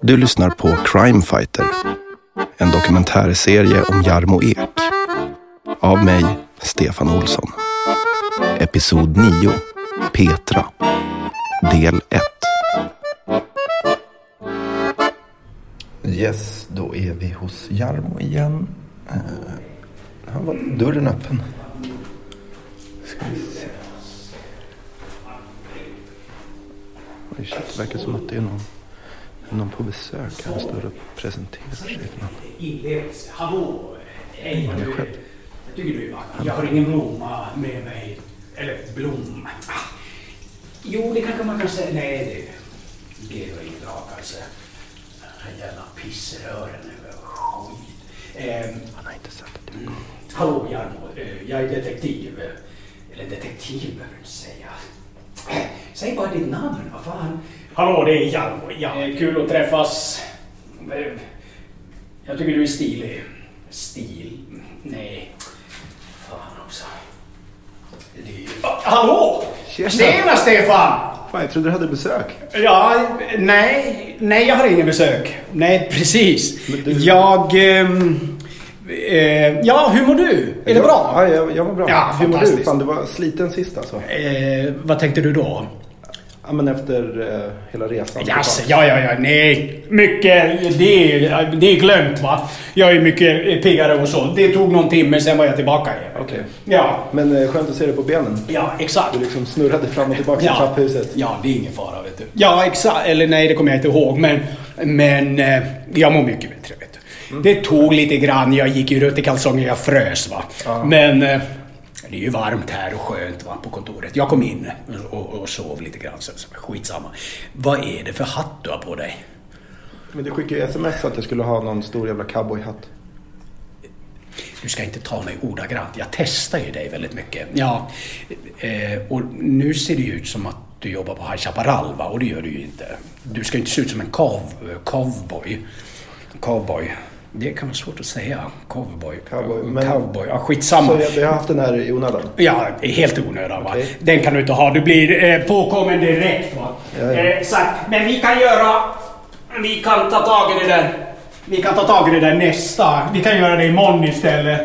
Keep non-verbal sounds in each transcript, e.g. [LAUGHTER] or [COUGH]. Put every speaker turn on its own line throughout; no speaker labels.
Du lyssnar på Crime Fighter, en dokumentärserie om Jarmo Ek. Av mig, Stefan Olsson. Episod 9, Petra. Del 1. Yes, då är vi hos Jarmo igen. Eh, här var dörren öppen. Ska vi se. Oj, shit, det verkar som att det är någon, någon på besök. Han står och presenterar sig för någon.
inleds. Hallå! Hej!
Han är själv.
Jag tycker du är vacker. Jag har ingen blomma med mig. Eller blomma. Ah. Jo, det kanske man kan säga. Nej, det, det var inget bra kanske. Den här jävla pissrören eller skit. Ehm,
Han har inte sett det.
Hallå Jarmo, Eh, jag är detektiv. Eller detektiv behöver du inte säga. Eh, Säg bara ditt namn, vad fan. Hallå, det är Jarmo. Kul att träffas. Eh, Jag tycker du är stilig. Stil? Nej. Fan också. Det är ju... Ah, Hallå!
Tjena!
Tjena Stefan!
Fan, jag trodde du hade besök.
Ja, nej, nej jag har ingen besök. Nej, precis.
Men du-
Jag... ehm, eh, ja, hur mår du? Är det bra?
Ja, jag, jag mår bra.
Ja,
Hur mår du?
fantastiskt.
Fan, du var sliten sist alltså.
Eh, vad tänkte du då?
Ja, men efter eh, hela resan.
Jaså, ja, alltså, ja, ja, nej. Mycket, det är, det är glömt va. Jag är mycket eh, piggare och så. Det tog någon timme, sen var jag tillbaka igen.
Okej.
Ja,
Men eh, skönt att se dig på benen.
ja, exakt.
Du liksom snurrade fram och tillbaka i trapphuset.
ja, det är ingen fara vet du. Ja, exakt. Eller nej, det kommer jag inte ihåg. Men, men eh, jag mår mycket bättre vet du.
Mm.
Det tog lite grann. Jag gick ju runt i kalsonger. Jag frös va.
Ja.
Men eh, det är ju varmt här och skönt va, på kontoret. Jag kom in och, och sov lite grann. Så, så, skitsamma. Vad är det för hatt du har på dig?
Men du skickade ju sms att jag skulle ha någon stor jävla cowboyhatt.
Du ska inte ta mig ordagrant. Jag testar ju dig väldigt mycket. Ja, eh, och nu ser det ju ut som att du jobbar på High Chaparral, va? Och det gör du ju inte. Du ska ju inte se ut som en cov, eh, cowboy. Cowboy. Det kan vara svårt att säga. Cowboy.
Cowboy, men-
Cowboy. Ja, skitsamma.
Så jag, jag har haft den här i onödan.
Ja, helt i onödan. Va?
Okej.
Den kan du inte ha. Du blir eh, påkommen direkt. Va?
Ja, ja.
Eh, exakt. Men vi kan göra... Vi kan ta tag i det där. Vi kan ta tag i det där nästa. Vi kan göra det imorgon istället.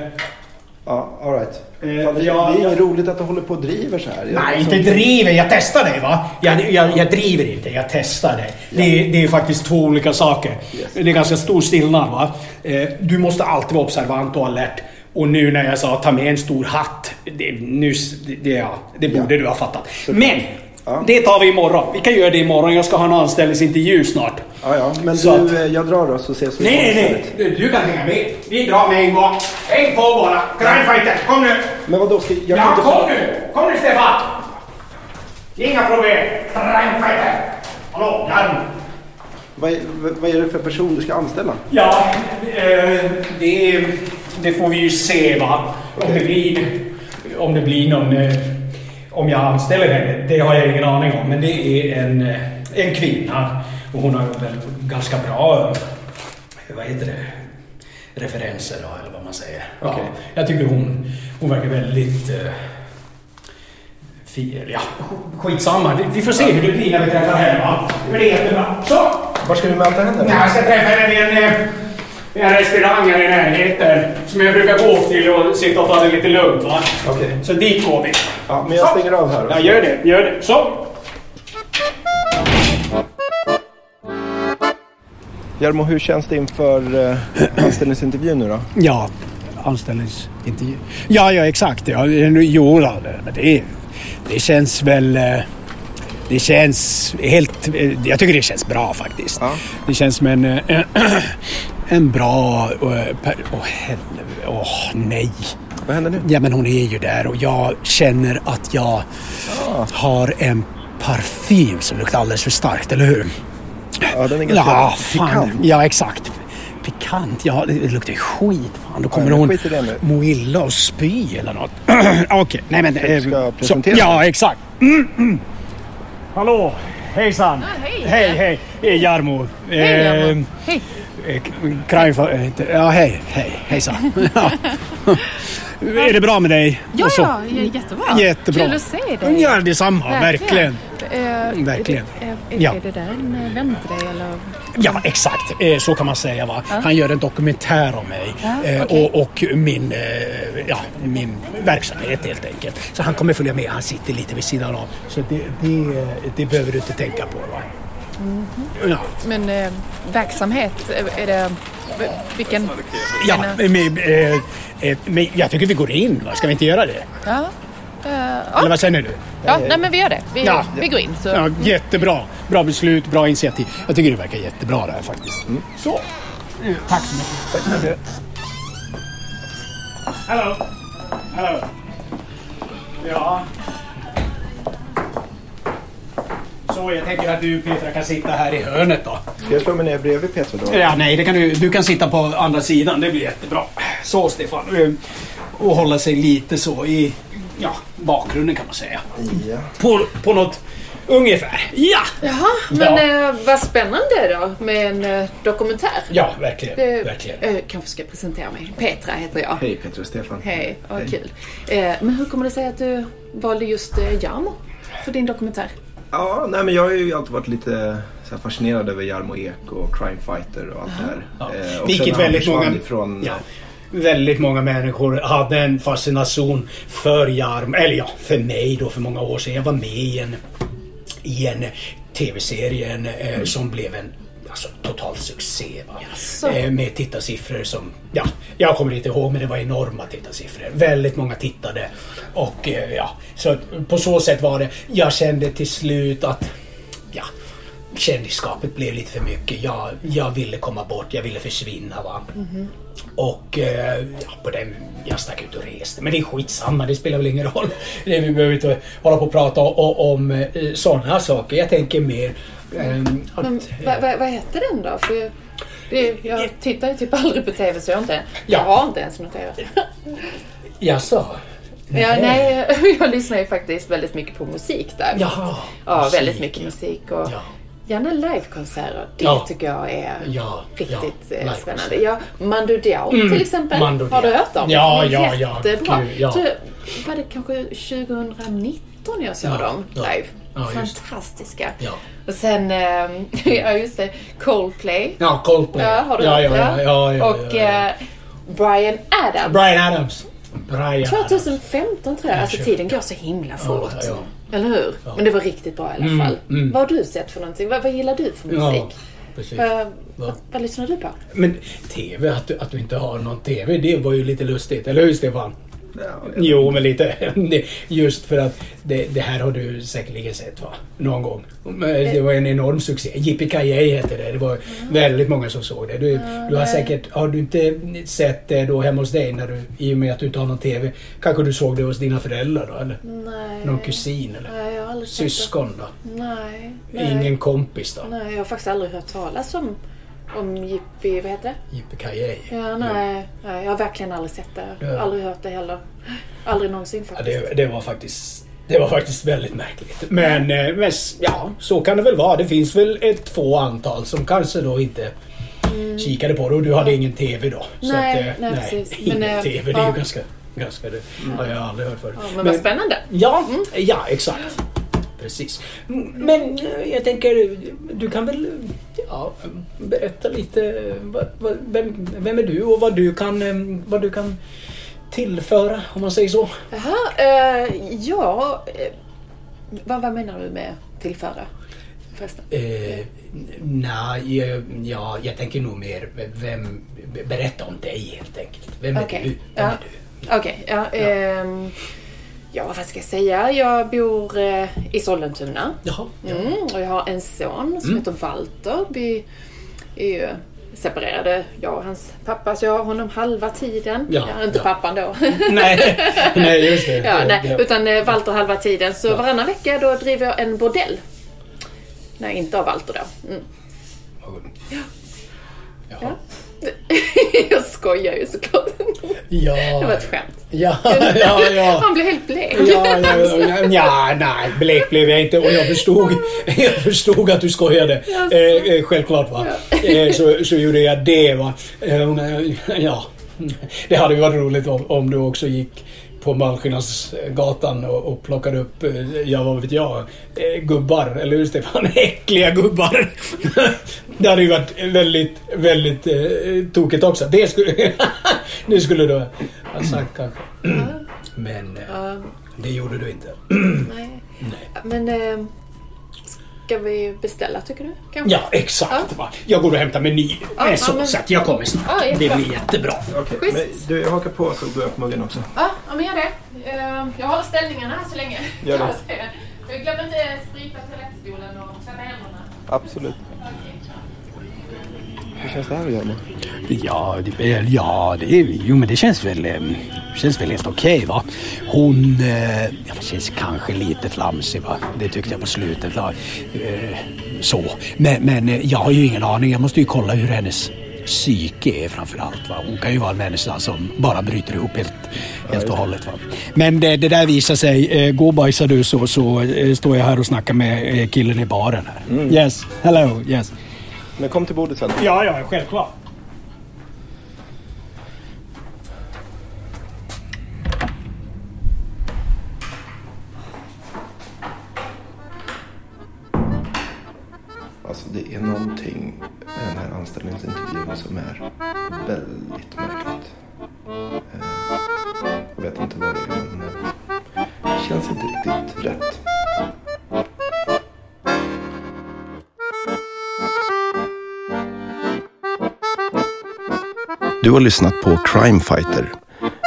Ja, alright.
Eh,
Fan, det,
ja,
det är
jag-
roligt att du håller på och driver så här. Jag,
Nej,
liksom-
inte driver. Jag testar dig va. Jag, jag, jag driver inte, jag testar dig. Det, är- det är faktiskt två olika saker.
Yes.
Det är ganska stor skillnad va. Eh, Du måste alltid vara observant och alert. Och nu när jag sa ta med en stor hatt. Det, nu, s- det, det, ja, det borde du ha fattat. Men!
Ja.
Det tar vi imorgon. Vi kan göra det imorgon. Jag ska ha en anställningsintervju snart.
Ja, ja. Men
Så
du,
att-
eh, jag drar då så ses vi
Nej, nej,
imorgon
nej.
istället.
Du, du kan hänga med. Vi drar med en gång. Häng på bara. Grindfighter, kom nu!
Men vadå, ska jag
Ja,
kan inte...
kom nu! Kom nu Stefan! Det är inga problem! Reinfeldt! Hallå, Jarmo!
Vad, är- vad- vad är det för person du ska anställa?
Ja, eh, det, det får vi ju se va. Om det blir, om det blir någon... eh, Om jag anställer henne, det har jag ingen aning om. Men det är en, eh, en kvinna och hon har väl ganska bra... eh, Vad heter det? Referenser då, eller vad man säger.
Okej.
Ja, jag tycker hon, hon verkar väldigt... Eh, fi- ja, skitsamma. Vi- Vi får se hur det blir när vi träffar henne va. Men det är jättebra. Så!
Var ska du möta henne?
Nej, jag ska träffa henne vid en, eh, vid en restaurang här i närheten. Som jag brukar gå till och sitta och ta det lite lugnt. Va?
Okej.
Så dit går vi.
Ja, men jag
Så.
stänger av här. då.
Ja, gör det. Gör det. Så!
Jarmo, hur känns det inför eh, anställningsintervjun nu då?
Ja, anställningsintervju. Ja, ja exakt. Ja, nu- jo, då, men det, det känns väl... eh, Det känns helt... eh, Jag tycker det känns bra faktiskt.
Ja.
Det känns som en... eh, [CLEARS THROAT] En bra... Åh, oh, helvete. Åh, nej.
Vad händer nu?
Ja, men hon är ju där och jag känner att jag har en parfym som luktar alldeles för starkt, eller hur?
Ja, den är ganska
Ja,
pikant.
fan. Ja, exakt. Pikant. Ja, det det luktar ju skit. Fan. Då kommer
men
hon
skit i det nu.
må illa och spy eller något. [CLEARS THROAT] Okej, nej men... eh,
ska
så-
presentera
Ja, exakt. Mm, mm. Hallå! Hejsan!
Ah, hej.
hej! Hej, Det är Jarmo.
Hej,
Eh,
Jarmo. Hej.
Eh, Kreinfa- eh, inte- Ja, hej, hej,
[LAUGHS]
hejsan. [LAUGHS] Ja. Är det bra med dig?
Ja,
Och så-
ja, jättebra.
Jättebra.
Kul att se dig.
Ja, detsamma, verkligen.
Eh,
Verkligen.
eh, är
Ja.
det där en eh, väntre eller?
Ja, exakt. Eh, Så kan man säga. Va? Han gör en dokumentär om mig
Ja,
eh,
okej.
och, och min, eh, ja, min verksamhet helt enkelt. Så han kommer följa med. Han sitter lite vid sidan av. Så det, det, det behöver du inte tänka på. Va?
Mhm.
Ja,
Men eh, verksamhet, eh, är det... v- Vilken?
ja
Men, eh,
men, eh, eh, men jag tycker vi går in. Va? Ska vi inte göra det?
ja. Eh,
Eller
ja.
vad säger du?
ja, nej men vi gör det. Vi,
Ja.
vi går in så.
Ja, jättebra. Bra beslut, bra initiativ. Jag tycker det verkar jättebra det här faktiskt. Så. Eh, Tack så mycket. Hallå. Hallå. Ja. Så jag tänker att du Petra kan sitta här i hörnet då.
Ska jag slå mig ner bredvid Petra då?
Ja, nej, det kan du, du kan sitta på andra sidan. Det blir jättebra. Så Stefan. eh, Och hålla sig lite så i ja, bakgrunden kan man säga.
Ja.
På, på något ungefär. Ja!
Jaha, men eh, vad spännande då med en eh, dokumentär.
Ja, verkligen.
Det-
verkligen.
eh, kanske ska presentera mig. Petra heter jag.
Hej Petra och Stefan.
Hej, vad kul. Eh, men hur kommer det sig att du valde just eh, Jarmo för din dokumentär?
Ja, nej men jag har ju alltid varit lite så här, fascinerad över Jarmo Ek och Crime Fighter och allt det här.
Ja.
Eh, och sen när
Vilket
han
väldigt
försvann
många,
Ifrån,
ja, väldigt många människor hade en fascination för Jarm, eller ja, för mig då för många år sedan. Jag var med i en, i en tv-serie en, eh, som blev en alltså, total succé. Va?
Jaså.
Eh, med tittarsiffror som, ja, jag kommer inte ihåg men det var enorma tittarsiffror. Väldigt många tittade. Och eh, ja, så att på så sätt var det, jag kände till slut att, ja, kändisskapet blev lite för mycket. Jag, jag ville komma bort, jag ville försvinna. Va? Och eh, ja, på den, jag stack ut och reste. Men det är skitsamma, det spelar väl ingen roll. [LAUGHS] Det, vi behöver inte hålla på och prata o- om eh, sådana saker. Jag tänker mer... ehm, att,
Men, vad, vad, vad hette den då? För jag- det, jag tittar ju typ aldrig på TV så jag har inte, jag
Ja.
har inte ens någon TV.
eh, Jaså?
Ja, nej, [LAUGHS] jag lyssnar ju faktiskt väldigt mycket på musik där.
Jaha.
Ja, väldigt
musik,
mycket
ja.
musik och
Ja.
gärna livekonserter. Det
Ja.
tycker jag är
Ja,
riktigt
ja,
eh,
livekonserter.
spännande. Ja, Mando Diao till exempel.
Mando
Har du
Diao.
hört om?
Ja,
De är
ja, ja,
Jättebra.
gud, ja.
Så var det kanske 2019 jag såg
Ja,
dem
ja.
live.
Ja, just det.
Fantastiska.
Ja.
Och sen, ehm, [LAUGHS] ja just det, Coldplay.
Ja, Coldplay.
Ja, har du
ja,
hört
ja,
det?
ja, ja, ja,
Och
ja, ja.
eh, Brian Adams.
Brian Adams. Brian Adams.
2015 tror jag. Alltså
Ja,
tiden går så himla fort.
ja, Mm,
Eller hur? Men det var riktigt bra i alla fall. Vad har du sett för någonting? Vad, vad gillar du för
Ja, typ.
musik?
precis.
Eh,
Ja.
vad, vad lyssnar du på?
Men TV, att du, att du inte har någon TV, det var ju lite lustigt. Eller hur Stefan?
Ja,
Jo, men lite. [LAUGHS] Det- Just för att det, det här har du säkerligen sett va? Någon gång.
Mm.
Men Det var en enorm succé. Yippee hette det. Det var
Mm.
väldigt många som såg det. Du, du har säkert, har du inte sett det då hemma hos dig när du, i och med att du inte har någon TV? Kanske du såg det hos dina föräldrar då eller?
Nej.
Någon kusin eller?
Nej, jag har aldrig
Syskon då?
sett det. Nej. Nej.
Ingen kompis då?
Nej, jag har faktiskt aldrig hört talas om, om Jippi, vad heter det?
Yippee
Ja, nej, nej, jag har verkligen aldrig sett det.
Ja.
Aldrig hört det heller. Aldrig någonsin
Ja,
faktiskt.
det, det var faktiskt... Det var faktiskt väldigt märkligt. Men, eh, men s- ja, så kan det väl vara. Det finns väl ett få antal som kanske då inte kikade på det och du hade ingen TV då. Så
Mm. Nej,
att, eh,
nej, precis.
Ingen
Men, eh,
TV, det är
ja.
ju ganska... ganska det har jag aldrig hört förut.
Ja, men, vad spännande. Mm.
Ja, ja exakt. Precis. Mm, Men eh, jag tänker, du kan väl eh, ja, berätta lite eh, vad, vad, vem, vem är du och vad du kan, eh, vad du kan tillföra om man säger så.
Jaha, eh, ja... eh, vad, vad menar du med tillföra? Förresten.
Eh, nej, jag, ja, jag tänker nog mer vem, berätta om dig helt enkelt. Vem är
Okej.
du? Vem
Ja.
är du?
Okej, ja. ehm, ja, vad ska jag säga? Jag bor eh, i Sollentuna.
Jaha. Ja. Mm.
Mm, och jag har en son som heter Walter. Vi är ju separerade, jag och hans pappa, så jag har honom halva tiden.
Ja,
jag är inte
ja.
pappan då. [LAUGHS]
nej, [LAUGHS] nej, just det.
Mm. ja,
Det-
nej,
det-
utan eh, Walter halva tiden. Så varannan vecka då driver jag en bordell. Nej, inte av Walter då. Mm.
Ja.
[LAUGHS] jag skojar ju såklart.
Ja.
det var ett skämt.
Ja, [LAUGHS] ja, ja.
[LAUGHS] Han blev helt blek.
Ja, ja, ja, ja, nej, blek blev jag inte och jag förstod, jag förstod att du skojade.
Jaså.
Eh, eh, självklart va. Eh, så, så gjorde jag eh, det va. Eh, men, ja. Det hade ju varit roligt om, om du också gick på Malmskillnadsgatan och, och plockade upp, eh, ja vad vet jag, eh, gubbar. Eller hur Stefan? [LAUGHS] Äckliga gubbar. det hade ju varit väldigt, väldigt eh, tokigt också. Det skulle... [LAUGHS] nu skulle du ha sagt kanske. Men eh,
Ja,
det gjorde du inte.
nej. Men eh, ska vi beställa tycker du? Kanske?
Ja, exakt. va. Jag går och hämtar meny
Ja,
med
ja,
sås.
men-
Så att jag kommer snart.
Ja,
det
jättebra.
blir jättebra.
Okej,
Schysst.
men du jag hakar på så går jag på muggen också.
Ja, ja, men gör det. Eh, Jag håller ställningarna här så länge.
Gör det.
[LAUGHS] Så glöm inte strypa toalettstolen och tvätta händerna.
Absolut. Hur känns det här att göra
Ja, det, eh, ja det, jo men det känns väl, eh, känns väl helt okej va. Hon eh, ja, känns kanske lite flamsig va. Det tyckte jag på slutet. Va? Eh, så. Men, men eh, jag har ju ingen aning. Jag måste ju kolla hur hennes psyke är framförallt. Va? Hon kan ju vara en människa som bara bryter ihop helt, helt och hållet. Va? Men det, det där visar sig. Eh, gå och bajsa du så, så eh, står jag här och snackar med eh, killen i baren här. Yes, hello, yes.
Men kom till bordet sen.
Mm. Ja, ja, självklart.
Alltså det är någonting med den här anställningsintervjun som är väldigt märkligt. Eh, Jag vet inte vad det är men eh, det känns inte riktigt rätt. Du har lyssnat på Crime Fighter,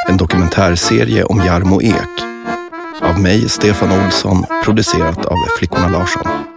en dokumentärserie om Jarmo Ek. Av mig, Stefan Olsson, producerat av Flickorna Larsson.